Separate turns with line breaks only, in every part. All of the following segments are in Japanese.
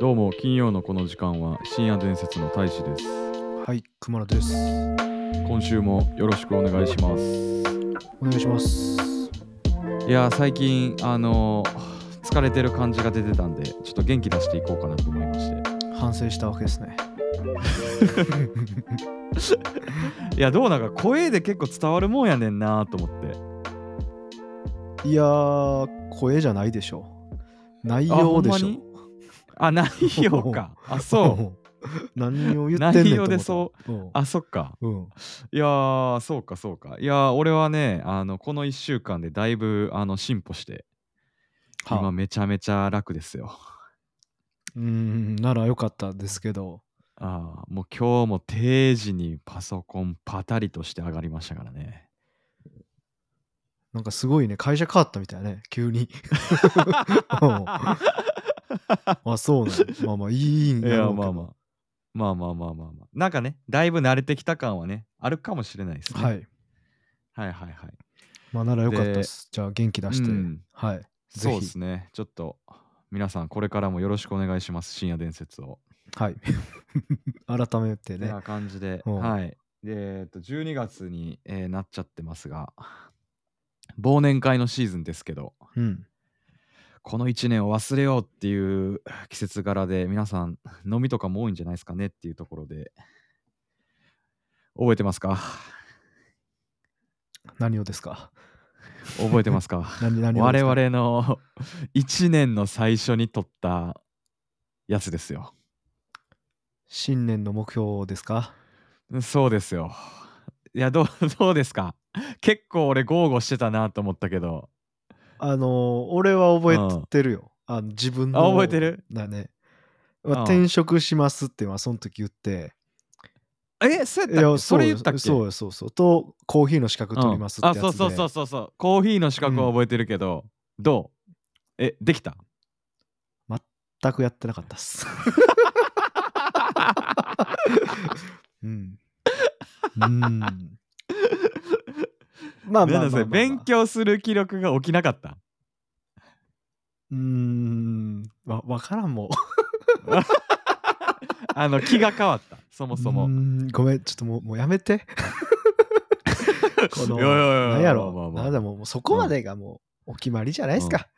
どうも金曜のこの時間は深夜伝説の大使です
はい、熊野です。
今週もよろしくお願いします
お願いします。
いやー最近あのー疲れてる感じが出てたんでちょっと元気出していこうかなと思いまして
反省したわけですね。
いやどうなんか声で結構伝わるもんやねんなーと思って
いやー、声じゃないでしょ。内容でしょ。
あ内容か あそう
う。 何を言ってんねんと思った
内容でそ
うん。
あそっか
うん。
いやーそうかそうかいやー俺はねあのこの1週間でだいぶあの進歩して今
は
めちゃめちゃ楽ですよ
うーん、ならよかったですけど。
ああ、もう今日も定時にパソコンパタリとして上がりましたからね。
なんかすごいね、会社変わったみたいね、急に。うんあ、そうなの。まあまあ、いいん
い
や
や、
ろうけ
まあ
ど
まあ。まあまあまあまあまあ。なんかね、だいぶ慣れてきた感はね、あるかもしれないですね。、
はいい。
はいはいはい
まあ、ならよかった
で
です。じゃあ、元気出して。
うん
はい。ぜひ
そうですね。ちょっと、皆さんこれからもよろしくお願いします。深夜伝説を。
はい。改めて
て
ね
な。感じで、
うん
はい。で、えっと、12月に、えーなっちゃってますが、忘年会のシーズンですけど、
うん。
この1年を忘れようっていう 季節柄で皆さん飲みとかも多いんじゃないですかねっていうところで覚えてますか
何をですか
覚えてますか
何 何を
我
ですか
々の 1年の最初に撮ったやつですよ
新年の目標ですか
そうですよいやどう どうですか結構俺豪語してたなと思ったけど
あのー俺は覚えてるよ、あの自分の
あ覚えてる
だね、
うん
まあ、転職しますっていうのはその時言って、
えそうやっ
い
たっ
や
けそれ言ったっけ
そうよそうそうとコーヒーの資格取りますって
うん
やつで、
あそうそうそうそうそうコーヒーの資格は覚えてるけど、どうえできた
全くやってなかった っすうんうんまあまあまあまあま
な
あ、
んだそれ勉強する気力が起きなかった。
うーんわ分からんもう
あの気が変わった。 そもそう
ー
も。
んごめんちょっともうもうやめてこの
いやいやいや
なんやろ、
まあまあまあ
なんだもうもうそこまでがもうお決まりじゃないですか、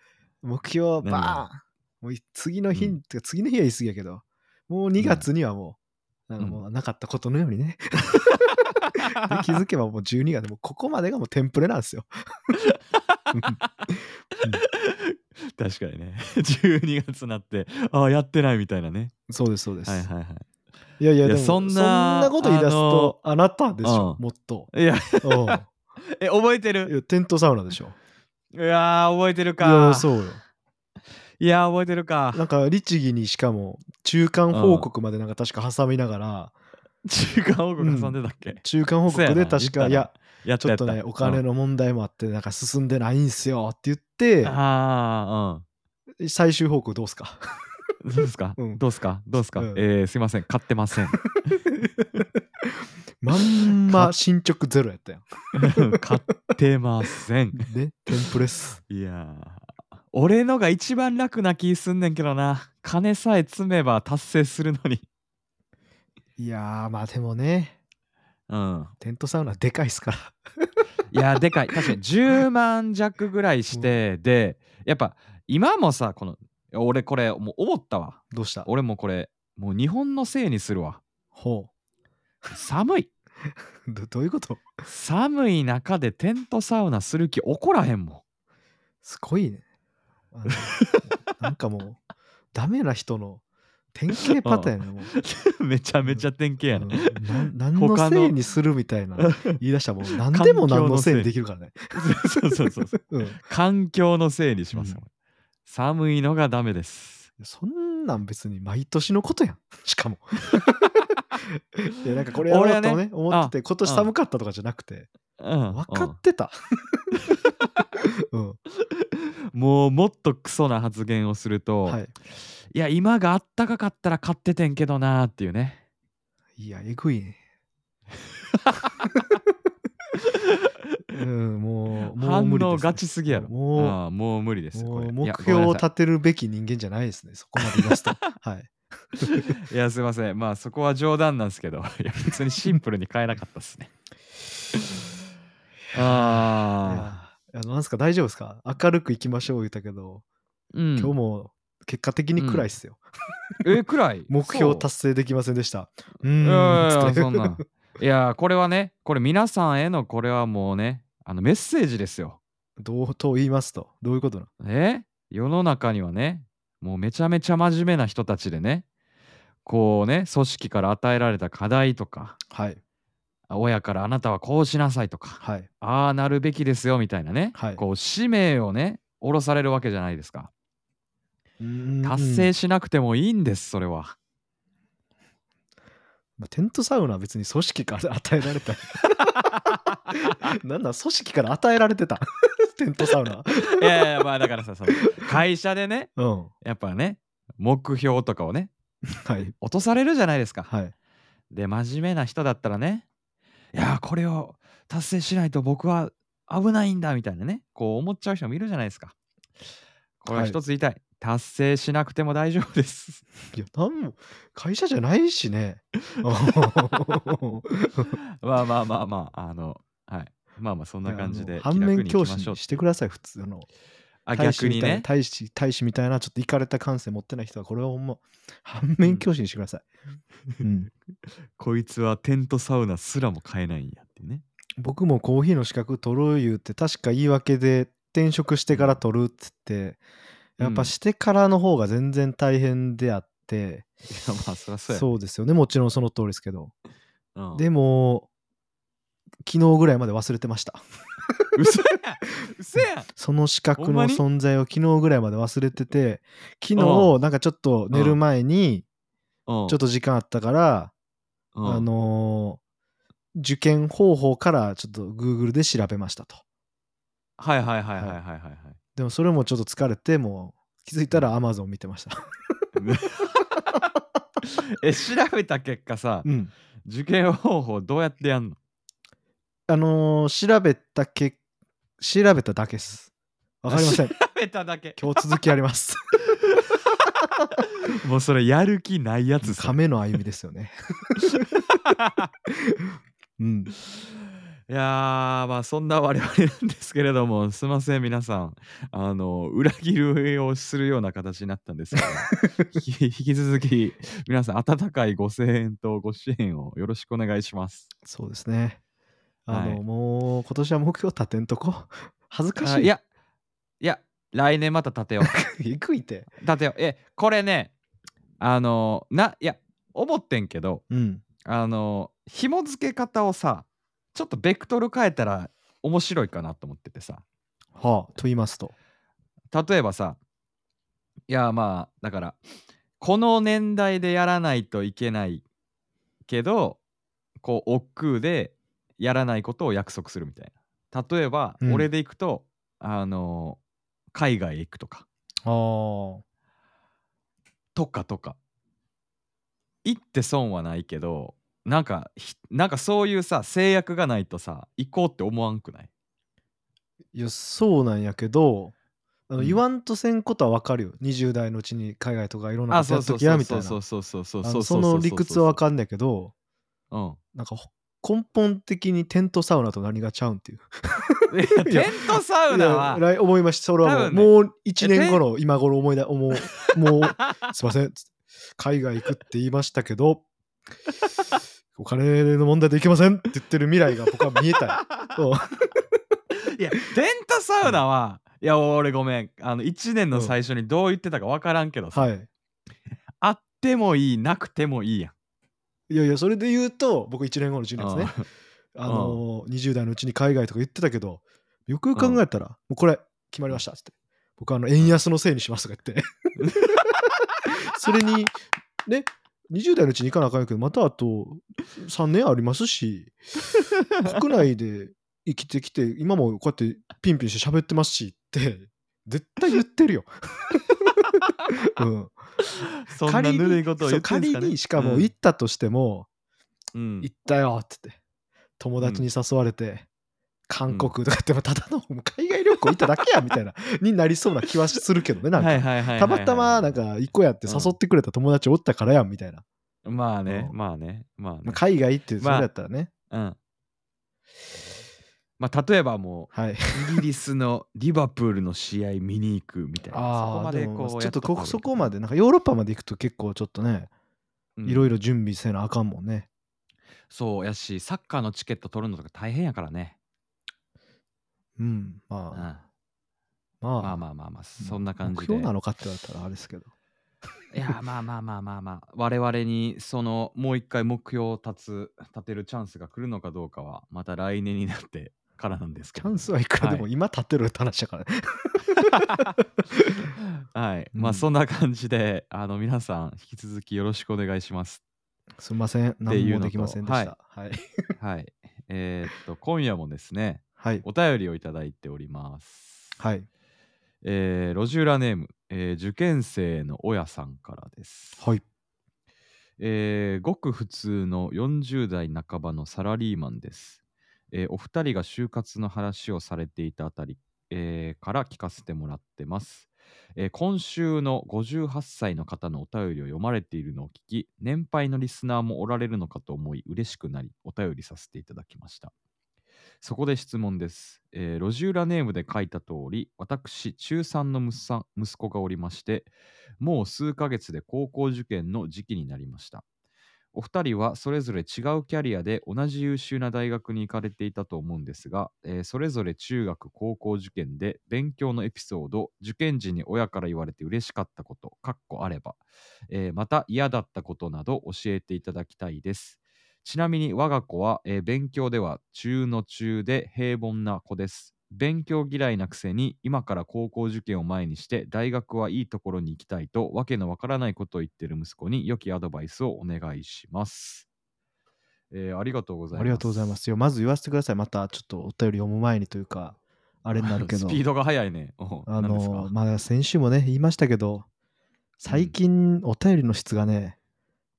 目標
何
バ
が
ーンもうい次の日、
うん
てか次の日は言い過ぎやけどもう2月にはもう、なんかもうなかったことのよう にね、で気づけばもう12月もうここまでがもうテンプレなんで すよ
確か にね。12月になって、ああ、やってないみたいなね。
そうですそうです、、
はいはいはい
や
い
いや
や
でも
そ
そ
ん
ん
な
なこと言い出すとあなたでしょ、
う
もっと
い。いや、
うん
え、覚えて
い
る
やテントサウナでしょ
いやー、覚えてる
いや
か。
そうよ
いやー、覚えてるか。
なんか律儀にしかも中間報告までなんか確か挟みながら、
中間報告挟んでたっけ、
中間報
そうや
告
な
で確
言ったな
かいや
やった
ちょ
や
ったとねお金
の。
の問題もあってなんか進んでないんすよって言っ
ああ、
て最終報告どうすか
うん。どうですか、
うん
どうですかどうですか、
うん
えー、すいません。買ってません。
まんま進捗ゼロ やったやん
買ってません。
ねテンプレス
いやー俺のが一番楽な気すんねんけどな金さえ積めば達成するのに
いやーまあでもね
うん
テントサウナでかいっすから
いやでかい確かに10万弱ぐらい して、でやっぱ今もさこの俺これもう思ったわ
どうした
俺もこれもう日本のせいにするわ
ほ
寒いう
どどういうこと
寒い中でテントサウナする気起こらへんも
すごいねあ のなんかもうダメな人の典型パターンやなもう ん
めちゃめちゃ典型やね、
うんな何
他の
のせいにするみたいな言い出したら もう何でも何のせいにできるからね。
そうそうそうそう
うん、
環境のせいにします、
うん
寒いのがダメです
そんなん別に毎年のことやん。 しかも。いやなんかこれやろ
俺は
う
ね
とね思ってて今年
うん
寒かったとかじゃなくて
うん、
分かってた。うん、
もうもっとクソな発言をすると、、
はいい。
や今があったかかったら買っててんけどなーっていうね
いや、え ぐいね。うん、もう、もう
反
無理
応
です、ね。
ガチすぎやろ
もう
ああもう無理です
も
これ
う
いや
目
ご
標
めん
を
なさい
立てるべき人間じゃないですね、そこまで言い出すと。はい。
いやすいませんまあそこは冗談なんですけど いや別にシンプルに買えなかったです ねああ
いやあの、なんですか、大丈夫ですか明るく行きましょう言ったけど、
うん
今日も結果的に暗いっすよ。
えくらい
目標
そう
達成できませんでした。うー
いやいや
ん。つって
そんなんいやこれはねこれ皆さんへのこれはもうねあのメッセージですよ
どうと言いますと、どういうことなの
え世の中にはねもうめちゃめちゃ真面目な人たちでねこうね組織から与えられた課題とか
はい。
親からあなたはこうしなさいとか
はい。
ああなるべきですよみたいなね、
はい
こう使命をね下ろされるわけじゃないですか
うーん
達成、しなくてもいいんですそれは、
まあテントサウナは別に組織から与えら れた。なんだ、組織から与えられてた。 テントサウナ。
いやいやまあだからさその会社でね
うん。
やっぱね目標とかをね
はい。
落とされるじゃないですか、
はい。
で真面目な人だったらねいやーこれを達成しないと僕は危ないんだみたいなねこう思っちゃう人もいるじゃないですかこれは
はい
一つ言いたい、達成しなくても大丈夫です
いや、なんも、会社じゃないしね。
まあまあまあまああのはいまあまあそんな感じ
い
で
やあの反面
気楽に行
教
きま
師
しょう
にしてください、普通の。
あ
大使
逆
み
に
たいな
ね
大使、大使みたいな、ちょっといかれた感性持ってない人は、これは ほんま、反面教師にしてください。うん
こいつはテントサウナすらも買えないんやっていうね
僕もコーヒーの資格取ろう言うて確か言い訳で転職してから取るっつって
うん
やっぱしてからの方が全然大変であって、
いやまあそりゃそうや
そうですよねもちろんその通りですけど、
うん
でも昨日ぐらいまで忘れてました
嘘 や嘘や
その資
ほ
格
んま
の
に
存在を昨日ぐらいまで忘れてて昨日
うん
なんかちょっと寝る前に
ょ
ちょっと時間あったから、あのー受験方法からちょっと Google で調べましたと。
はいはいはいはいはいはいはい
でもそれもちょっと疲れてもう気づいたら Amazon 見てました。
え調べた結果さ、
うん。
受験方法どうやってやんの
あのー調べたけ調べただけです。わかりま せん。
調べただけ
今日続きあります。
もうそれやる気ないやつ さ
亀の歩みですよね。うん。
いやーまあそんな我々なんですけれどもすいません皆さんあの裏切るをするような形になったんですが ひ引き続き皆さん温かいご声援とご支援をよろしくお願いします
そうですね。あの、
はい
もう今年は目標立てんとこ。恥ずかし
あ
い。
い、 やいや来年また立てよう
えぐいて。
だってよえこれねあのないや思ってんけど
うん。
あの紐付け方をさちょっとベクトル変えたら面白いかなと思っててさ
はあ、と言いますと。
例えばさいやまあだからこの年代でやらないといけないけどこう億劫でやらないことを約束するみたいな例えば、
うん
俺で行くとあの海外へ行くとか
ああ。
とかとか行って損はないけどなんかひなんかそういうさ制約がないとさ行こうって思わんくない
いや、そうなんやけど、あの
うん
言わんとせんことはわかるよ。20代のうちに海外とかいろんな
あ
こと
そ
や
う
っ
そ
と
う
きや
そ
み
う
た
そ
いうな
そ。うそうそうそう
あ
そ
の
う
その理屈はわかんないけど
うん
なんかほ根本的にテントサウナと何がちゃうんっていう。
いやテントサウナはい
や来思いました。それ
多
は
分
も
ね
う,、もう1年後の今頃思い出、思う、も う、すいません。海外行くって言いましたけど、お金の問題で行けませんって言ってる未来が僕は見え たい。うん
いやテントサウナはいや俺ごめんあの1年の最初にどう言ってたかわからんけどさ、
はい。
あってもいいなくてもいいやん
いやいや、それで言うと、僕1年後の10年ですね。
ん
あのー、20代のうちに海外とか言ってたけど、よくよく考えたら、もうこれ決まりましたっつって。僕あの、円安のせいにしますとか言って。 それに、ね、20代のうちに行かなあかんやけど、またあと3年ありますし、国内で生きてきて、今もこうやってピンピンして喋ってますしって、絶対言って るよ。うん、
そんなぬるいことを言ってんす
仮に
か
そ
ね
う仮にしかも行ったとして
うん
も、
うん
行ったよってって友達に誘われて、韓国とかってもただの もう海外旅行行っただけやみた いなになりそうな気はするけどねなんか、
はいはいはいはいはい
たまたまなんか行こうやって誘ってくれた友達おったからやんみたいな、
まあね
うん
まあねまあね
まあ海外ってそ
まあ
れやったらね、
うんまあ例えばも
はい
うイギリス のリバプールの試合見に行くみたいな そこ
あ
ま
あ
で
で
こ
も
う
ちょ
や
っ
と
と
った方
こ
がいい
そこまでなんかヨーロッパまで行くと結構ちょっとねい
いろ
ろいろ準備せなあかんもんね
そうやしサッカーのチケット取るのとか大変やからね
う
う
ん
ん
まあ、
ま
まあ
あまあまあまあそんな感
目
じで
標なのかって言われたらあれですけど
いやーまあまあまあまあまあ我々にそのもう一回目標を立つ立てるチャンスが来るのかどうかはまた来年になってからなんですけ
チャ
ど
ンスはいくらでも
は
今立てるって話だから、ね
はい、まあ
うん
そんな感じであの皆さん引き続きよろしくお願いします。
すいません何もできませんでしたはい、
はい、えーっと今夜もですね
はい。
お便りをいただいております。
はい。
えー路地裏ネーム、えー受験生の親さんからです。
はい。
えーごく普通の40代半ばのサラリーマンです。えーお二人が就活の話をされていたあたり、えーから聞かせてもらってます。えー今週の58歳の方のお便りを読まれているのを聞き、年配のリスナーもおられるのかと思い、嬉しくなり、お便りさせていただきました。そこで質問です。えー路地裏ネームで書いた通り、私、中3の息さん息子がおりまして、もう数ヶ月で高校受験の時期になりました。お二人はそれぞれ違うキャリアで同じ優秀な大学に行かれていたと思うんですが、えーそれぞれ中学、高校受験で勉強のエピソード、受験時に親から言われて嬉しかったこと、かっこあれば、えーまた嫌だったことなど教えていただきたいです。ちなみに我が子は、えー勉強では中の中で平凡な子です。勉強嫌いなくせに今から高校受験を前にして大学はいいところに行きたいとわけのわからないことを言ってる息子に良きアドバイスをお願いします。えーありがとうございます。
ありがとうございますよ。まず言わせてください。またちょっとお便り読む前にというか、あ
あ
れになるけど
ス、ピードが速いね。おう
あ
何ですか
の、まあ先週もね、言いましたけど、最近お便りの質がね、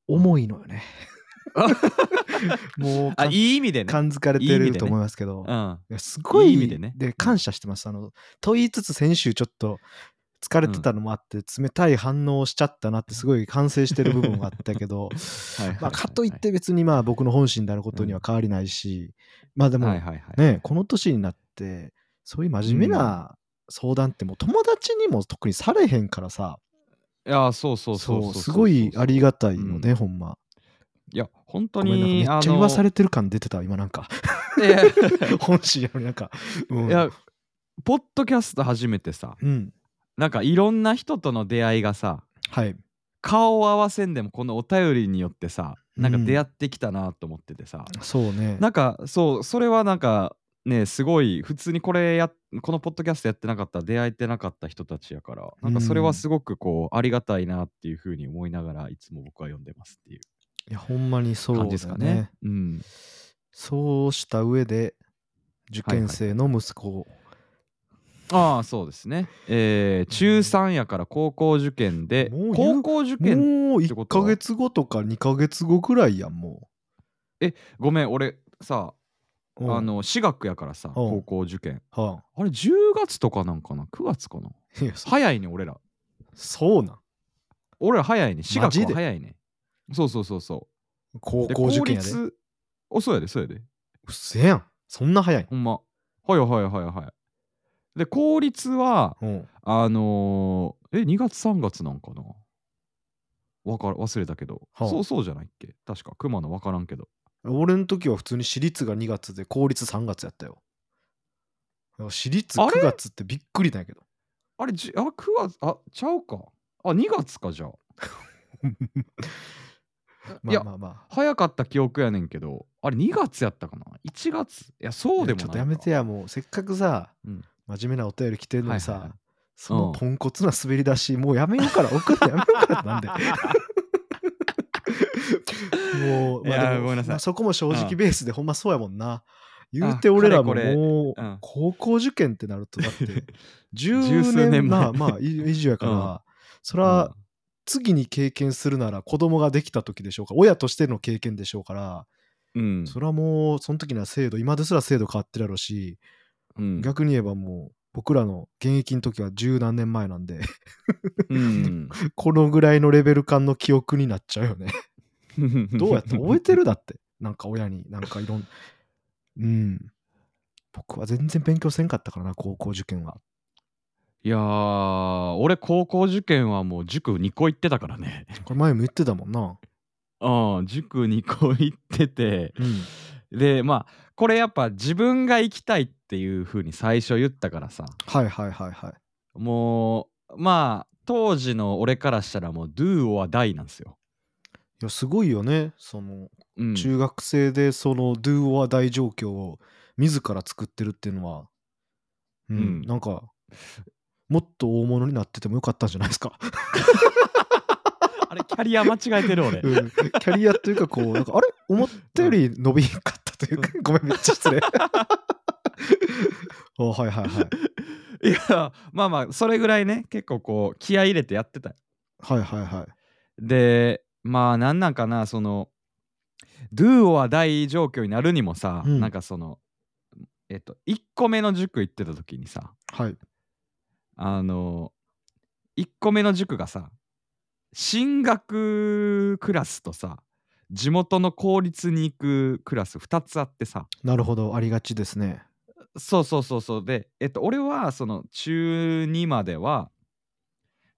重いのよね。 もう
あ
かん
いい意味でね。
感づかれて
いい意味で
る
ね
と思いますけど
う、ん。
いやすごい
いい意味でね
で感謝してます。あの、と言いつつ先週ちょっと、疲れてたのもあって、冷たい反応をしちゃったなってすごい反省してる部分があったけど、
はいはいはい
まあ、かといっ、て別にまあ僕の本心であることには変わりないし、まあでも
はい
ね、
はいはい。
この年になってそういう真面目な相談ってもう友達にも特にされへんからさ
いやー、そうそうそう
そうすごいあり
が
がたいので、
う
ほんま
いや、本当
ごめん
に、
なんかめっちゃ言わされてる感出てた今なんか
て。いや
本心やのになんか、うん、
いや、ポッドキャスト初めてさ、
うん
なんかいろんな人との出会いがさ、
はい
顔を合わせんでもこのお便りによってさ、なんか
うん
出会ってきたなと思っててさ、
そうね
なんかそう、それはなんかね、すごい普通にこれやこのポッドキャストやってなかったら出会えてなかった人たちやからなんかそれはすごくこうありがたいなっていうふうに思いながらいつも僕は読んでますっていう
いやほんまにそうだ
感
よ
じ
ね
ですかね。うん、
そうした上で受験生の息子を
ああそうですね。えー、中3やから高校受験で
もう言
高
う
校受験
もう
ってこ
1
とは
ヶ月後とか2ヶ月後ぐらいやんも
ごめん俺さ
う。うん
あ、の私学やからさ
おう
高校受験
は
あれ10月とかなんかな9月かない
やそ
早いね俺ら
そうなん。
俺ら早いね私
マ
学
ジ
は
で
早いねそうそうそうそ
高
うで
校受験やで。うっ
率おそうやでそうやで
せやん。そんな早いん。
ほんまはいはいはいはいで公立は
うん。
あのー、え2月3月なんかなわから忘れたけど、
はあ
そうそうじゃないっけ確か熊野分からんけど
俺の時は普通に私立が2月で、公立3月やったよ。私立
あれ
9月ってびっくりなんやけど。
あれ、じあ、9月、あ、ちゃうか。あ、2月か、 じゃあ。い
ま
や
あまあまあ。
早かった記憶やねんけど、あれ、2月やったかな ?1 月いや、そうでもない
ちょ
か。
っとやめてや、もうせっかくさ、
うん
真面目なお便り来てんのにさ、
はいはいはい
そのポンコツな滑り出し、もうやめようから、送ってやめようからってなん で。もう、
いや
まあ、で
ー
も
ごめんなさい
まあそこも正直ベースで、ほんまそうやもんな。言うて俺らも
あかれこれ
も
うん
う高校受験ってなると だって
十数
10
年前
年まあまあい以上やから、
うん
それは次に経験するなら子供ができた時でしょうか親としての経験でしょうから、
うん、
それはもうその時には制度今ですら制度変わってるやろうし、
うん、
逆に言えばもう僕らの現役の時は十何年前なんで
うん、
このぐらいのレベル感の記憶になっちゃう よね どうやって覚えてるだって なんか親になんかいろんうん僕は全然勉強せんかったからな高校受験はい
やー俺高校受験はもう塾2個行ってたからね
これ前も言ってたもんな
うん塾2個行ってて
うん
でまあこれやっぱ自分が行きたいっていう風に最初言ったからさ
はいはいはいはい
もうまあ当時の俺からしたらもう Do or Die なんですよ、
いやすごいよねその
うん、
中学生でその Do or Die 状況を自ら作ってるっていうのはうん、
うん
なんかもっと大物になっててもよかったんじゃないですか
あれキャリア間違えてる俺
うんキャリアというかこうなんかあれ思ったより伸びんかったというか、ごめんめっちゃ失礼 おはいはいは い
いやまあまあそれぐらいね結構こう気合い入れてやってたよ
はいはいはい
でまあなんなんかなその Do or Die 状況になるにもさ、
うん
なんかそのえっと1個目の塾行ってた時にさ
はい
あの1個目の塾がさ進学クラスとさ地元の公立に行くクラス2つあってさ
なるほどありがちですね
そうそうそうそうでえっと俺はその中2までは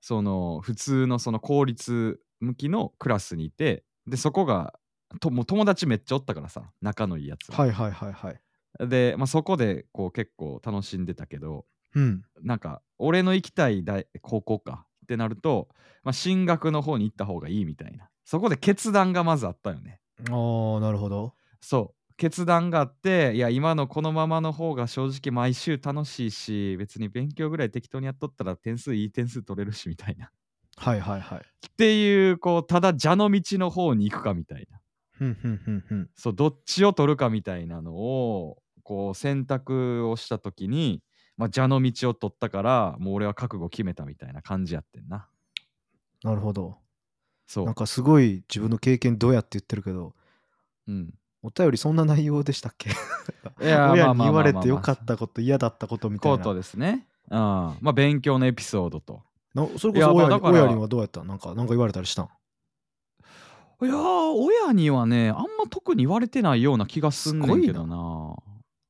その普通のその公立向きのクラスにいてでそこがともう友達めっちゃおったからさ仲のいいやつ、
はいはいはいはい
で、まあ、そこでこう結構楽しんでたけど
うん
なんか俺の行きたい大高校かってなると、まあ、進学の方に行った方がいいみたいなそこで決断がまずあったよね
ああなるほど
そう決断があっていや今のこのままの方が正直毎週楽しいし別に勉強ぐらい適当にやっとったら点数いい点数取れるしみたいな
はいはいはい
っていうこうただ蛇の道の方に行くかみたいな
ふんふんふんふん
そうどっちを取るかみたいなのをこう選択をした時に、まあ、蛇の道を取ったからもう俺は覚悟決めたみたいな感じやってんな
なるほど
そ
なん
う、
かすごい自分の経験どうやって言ってるけど
うん、
お便りそんな内容でした っけ
いや
親に言われてよか
た
ったこと嫌だったことみた
こ
い
と
な
ですねうんまあ勉強のエピソードと
なそれこ
いやま
そ
あ
親に
だから
親にはどうやったなんかなんか言われたりしたん
いやー親にはねあんま特に言われてないような気がすんねんけどな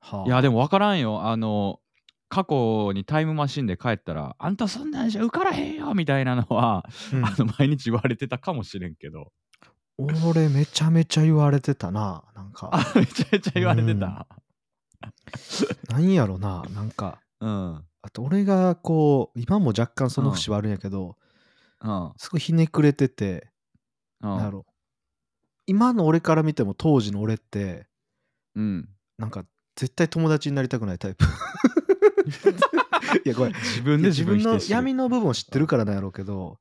はい
やでも分からんよあの過去にタイムマシンで帰ったら「あんたそんなんじゃ受からへんよ」みたいなのは、
うん
あの毎日言われてたかもしれんけど
俺めちゃめちゃ言われてたな。なんか、
あめちゃめちゃ言われてた
なんやろな。なんか、
うん、うん
あと俺がこう、今も若干その節はあるんやけど、
うん
すごいひねくれてて、なんやろ。今の俺から見ても当時の俺って、
うん、
なんか絶対友達になりたくないタ イプ。 いや、これ、い
自分
や
で
自
自分
分
否
の
定してる
闇の部分を知ってるからなんやろうけど、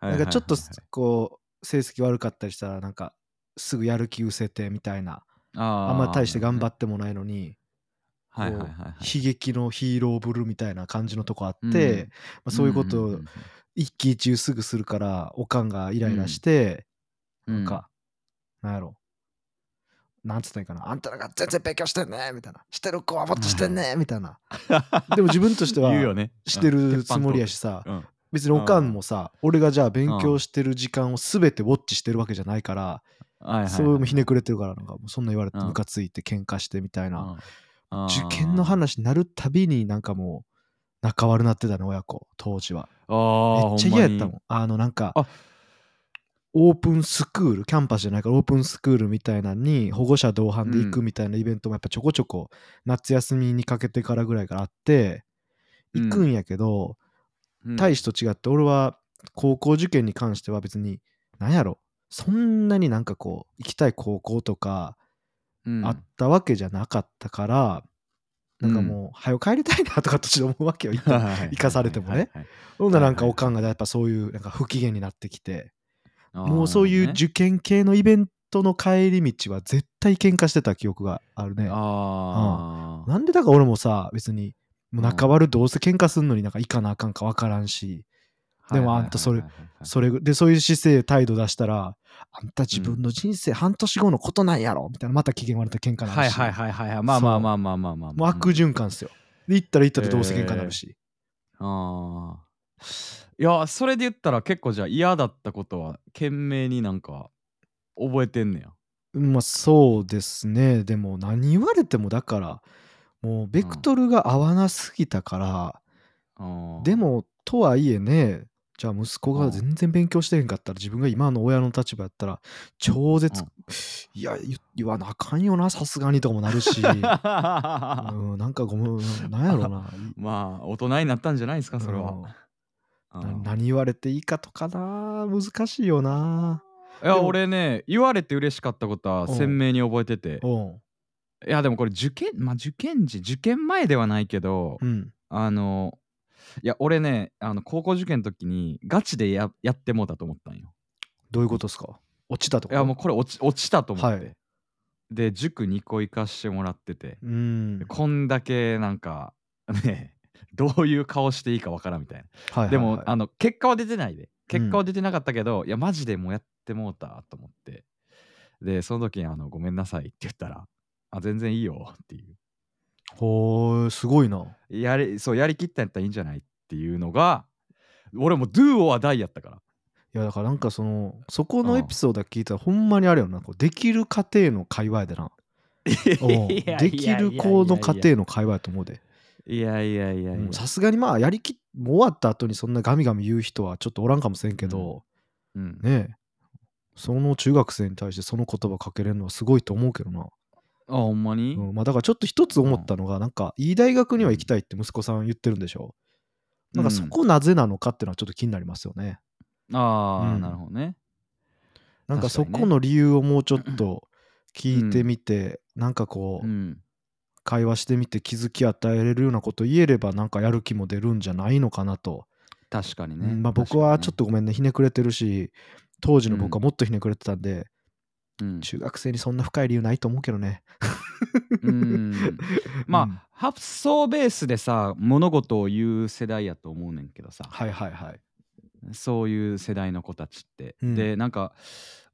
はいはい
なん
はい
かちょっとこう、成績悪かったりしたら、なんか、すぐやる気失せてみたいな、あ
あ
んま大して頑張
って、
ってもないのに、
はいはいはいはい、
悲劇のヒーローぶるみたいな感じのとこあって、
うん
まあ、そういうこと
んん
を一喜一憂すぐするからおかんがイライラして、
うんうん
なんか、なんやろなんつったらいいかなあんたらが全然勉強してんねみたいなしてる子はもっとしてんねみたいなでも自分として は
言うよね
してるつもりやし、さ
うん鉄板トークうん
別におかんもさ俺がじゃあ勉強してる時間を全てウォッチしてるわけじゃないから
はいはいはい
それもひねくれてるからなんかもうそんな言われて
うん
ムカついて喧嘩してみたいな
うん
受験の話になるたびになんかもう仲悪なってたね親子当時は
あー
めっちゃ嫌やったもん
ほ
あのなんか
あ
オープンスクールキャンパスじゃないからオープンスクールみたいなのに保護者同伴で行くみたいなイベントもやっぱちょこちょこ夏休みにかけてからぐらいからあって
うん
行くんやけど、
んまに
大使と違って俺は高校受験に関しては別に何やろそんなになんかこう行きたい高校とか
うん
あったわけじゃなかったから、なんかもう、早く帰りたいなとかとちょっと思うわけよ。一旦
生
生かされてもね。ほんならなんかおかんがやっぱそういうなんか不機嫌になってきて、もうそういう受験系のイベントの帰り道は絶対喧嘩してた記憶があるね。
ああ。
なんでだから俺もさ、別に、もう仲悪どうせ喧嘩すんのになんかいかなあかんかわからんし、でもあんたそれ
はいはいはいはい
それで、そういう姿勢、態度出したら、あんた自分の人生半年後のことなんやろみたいな、また機嫌悪れた喧嘩にな
はい
るし、
はいはいはいはい。まあまあまあまあまあまあ。
もう悪循環っすよ。で、行ったら行ったでどうせ喧嘩になるし。
ああ。いや、それで言ったら結構じゃあ嫌だったことは懸命になんか覚えてんねや。
まあそうですね。でも何言われてもだから、もうベクトルが合わなすぎたから、
あー
で、 もとはいえね、じゃあ息子が全然勉強してへんかったら自分が今の親の立場やったら超絶、
うん
いや言言わなあかんよなさすがにとかもなる し、うん、なんかごめんなんやろな
まあ、大人になったんじゃないですか、 それは。
う
うん
んな何言われていいかとかな難しいよない
や
でも
俺ね言われて嬉しかったことは
うん
鮮明に覚えてて
うん
いやでもこれ受験まあ受験時受験前ではないけど
うん
あのいや俺ねあの高校受験の時にガチでややってもうたと思ったんよ
どういうことですか落ちたと
い
か
やもうこれ落ち落ちたと思って、
はい
で塾2個行かしてもらってて、
うん
こんだけなんかねどういう顔していいかわからんみたいな
はいはいはい
でも、あの結果は出てないで結果は出てなかったけど、いやマジでもうやってもうたと思ってでその時にあの「ごめんなさい」って言ったら「あ全然いいよ」っていう
ほーすごいな
やれそうやりきったんやったらいいんじゃないっていうのが俺も「do or die」やったから
いやだからなんかそのそこ
う
の
ん
エピソード聞いたらほんまにあれよなこうできる過程の会話やでなうん
いや
できる子の過程の会話やと思うで
いやいやいやいやいやいやいやいやいや
うんさすがにまあやりきもう終わった後にそんなガミガミ言う人はちょっとおらんかもしれんけど、
うん
ねえその中学生に対してその言葉かけれるのはすごいと思うけどな、
あほんまに、
うんまあ、だからちょっと一つ思ったのが、なんかいい大学には行きたいって息子さん言ってるんでしょ、なんかそこなぜなのかっていうのはちょっと気になりますよね、
ああ、
うん
なるほどね
なんかそ
確かにね
この理由をもうちょっと聞いてみて、なんかこ
う
う、
ん
会話してみて気づき与えれるようなこと言えればなんかやる気も出るんじゃないのかなと、
確かに
う
ね、
んまあ、僕はちょっとごめんねひねくれてるし当時の僕は
うん
もっとひねくれてたんで、
と、うん
中学生にそんな深い理由ないと思うけどね
うんまあ、発想ベースでさ物事を言う世代やと思うねんけどさ
はいはいはい
そういう世代の子たちって、
うん
でなんか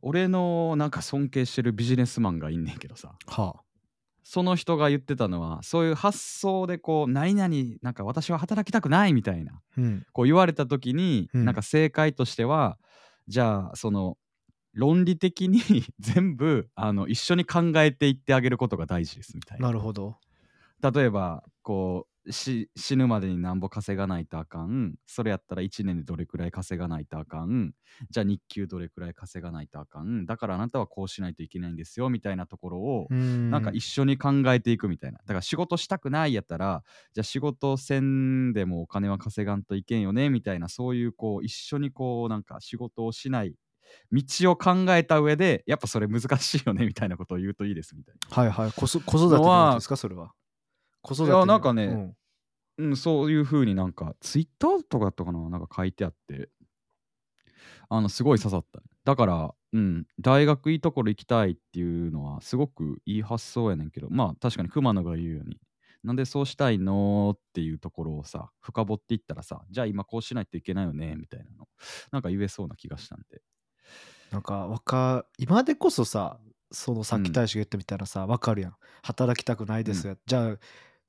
俺のなんか尊敬してるビジネスマンがいんねんけどさ
は
その人が言ってたのはそういう発想でこう「何々なんか私は働きたくない」みたいな
あうん
こう言われた時に、
うん
なんか正解としてはじゃあその論理的に 全部あの一緒に考えていってあげることが大事ですみたいな
なるほど
例えばこうし死ぬまでになんぼ稼がないとあかんそれやったら1年でどれくらい稼がないとあかんじゃあ日給どれくらい稼がないとあかんだからあなたはこうしないといけないんですよみたいなところを、
うん
なんか一緒に考えていくみたいなだから仕事したくないやったらじゃあ仕事せんでもお金は稼がんといけんよねみたいなそういうこう一緒にこうなんか仕事をしない道を考えた上でやっぱそれ難しいよねみたいなことを言うといいですみたいな。
はいはい子そ子育てのことですかそれは子育て
い
の
やなんかね
うん
うん、そういう風になんかツイッターとかだったかななんか書いてあってあのすごい刺さっただから、うん、大学いいところ行きたいっていうのはすごくいい発想やねんけどまあ確かに熊野が言うようになんでそうしたいのっていうところをさ深掘っていったらさじゃあ今こうしないといけないよねみたいなのなんか言えそうな気がしたんで
なんかわか今でこそさそのさっき大使が言ってみたらさ、わかるやん働きたくないですよ、じゃあ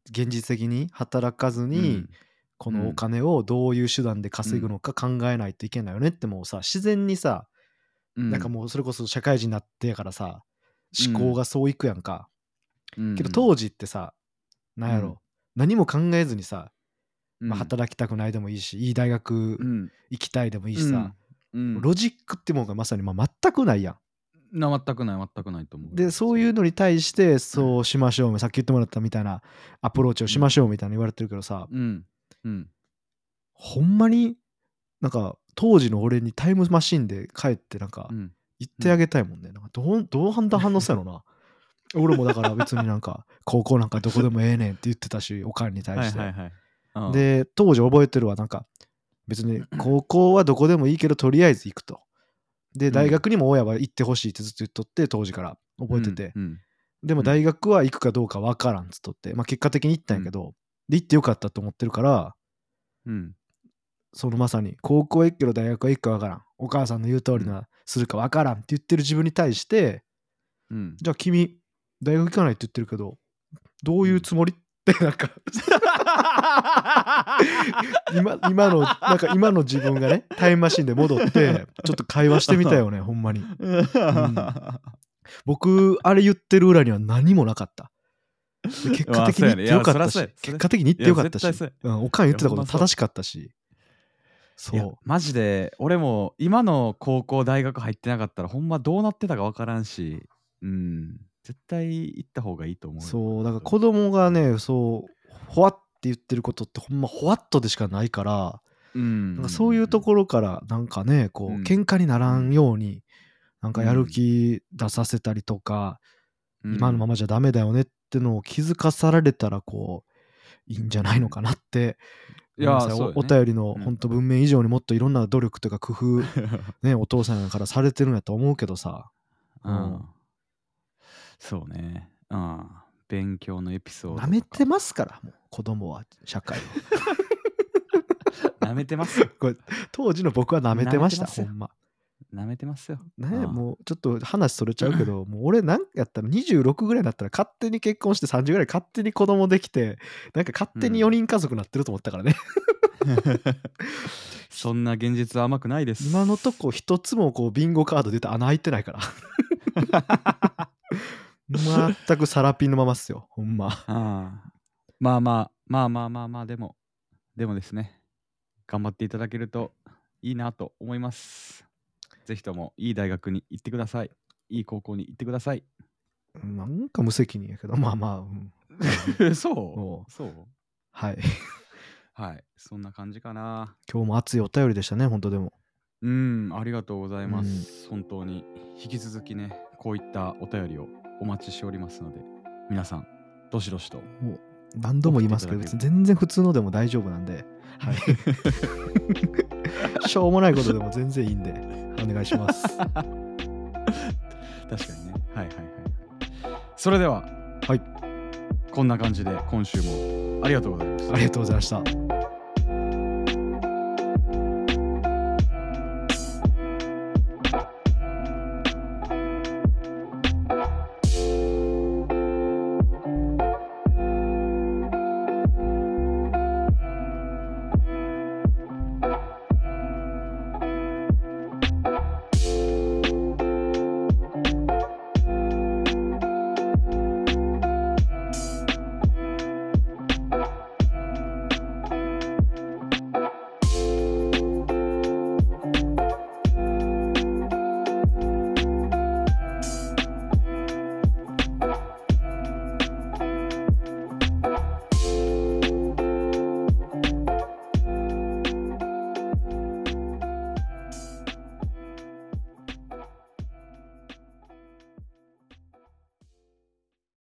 現実的に働かずに、このお金をどういう手段で稼ぐのか考えないといけないよねってもうさ自然にさ、
うん、
なんかもうそれこそ社会人になってやからさ思考がそういくやんか、
うん、
けど当時ってさなんやろ、
うん
何も考えずにさ、
時
まあ、働きたくないでもいいしいい大学
うん
行きたいでもいいしさ、、
うんうん、
ロジックってもんがまさにまあ全くないやん。
な全くない全くないと思う
でそういうのに対してそうしましょうさっき言ってもらったみたいなアプローチをしましょうみたいな言われてるけどさ、
うんうん
ほんまになんか当時の俺にタイムマシンで帰ってなんか
うん
言ってあげたいもんね、なんかどうどう判断反応した のな俺もだから別になんか高校なんかどこでもええねんって言ってたしおかんに対して、
はいはいはいうん、
で当時覚えてるわなんか別に高校はどこでもいいけどとりあえず行くとで、大学にも親は行ってほしいってずっと言っとって、当時から覚えてて。
うんうん
でも大学は行くかどうかわからんっつっとって、まあ結果的に行ったんやけど、で、行ってよかったと思ってるから、
うん
そのまさに、高校へ行くけど大学は行くかわからん。お母さんの言う通りな、するかわからんって言ってる自分に対して、
うん
じゃあ君、大学行かないって言ってるけど、どういうつもりって、なんか、今今のなんか今の自分がねタイムマシンで戻ってちょっと会話してみたよねほんまに僕あれ言ってる裏には何もな かったで結果的に言ってよかっ
まあそうやねいやそら
たし
そうやそれ
結果的に言ってよかった
いや
し
絶対
うんおかん言ってたこ
いやほんま
と
そう
正しかったしそ
いや
う
マジで俺も今の高校大学入ってなかったらほんまどうなってたか分からんしうん絶対行った方がいいと思うよ
そうだから子供がねそうほわって言ってることってほんまほわっとでしかないから
うん
なんかそういうところからなんかねこう
うん
喧嘩にならんようになんかやる気出させたりとか、
うん
今のままじゃダメだよねってのを気づかされたらこういいんじゃないのかなって、
いや
ごめんなさ
そう
おお
だね
便りの
うん
本当文面以上にもっといろんな努力とか 工夫、ね、お父さんからされてるんやと思うけどさ
う
うん
んそうねうん勉強のエピソード
なめ
とか
てますからもう子供は 社会を
舐めてますよ
当時の僕はなめてました
舐めてますよ
ほんま。
舐めてます よ
ね
うん
もうちょっと話それちゃう けどもう俺なんかやったら26ぐらいになったら勝手に結婚して30ぐらい勝手に子供できてなんか勝手に4人家族になってると思ったからね
そんな現実は甘くないです
今のとこ一つもこうビンゴカード出て穴開いてないから 全くサラピンのままっすよほんま
ああまあまあまあまあまあまあでもでもですね頑張っていただけるといいなと思いますぜひともいい大学に行ってくださいいい高校に行ってください
なんか無責任やけど まあまあ、うんお
そううそう
はい
はいそんな感じかな
今日も熱いお便りでしたね本当でも
うんありがとうございます、本当に引き続きねこういったお便りをお待ちしておりますので皆さんどしどしと
何度も言いますけど別に全然普通のでも大丈夫なんで、はい、 しょうもないことでも全然いいんでお願いします
確かにねはいはいはいそれでは
はい
こんな感じで今週もありがとうございました
ありがとうございました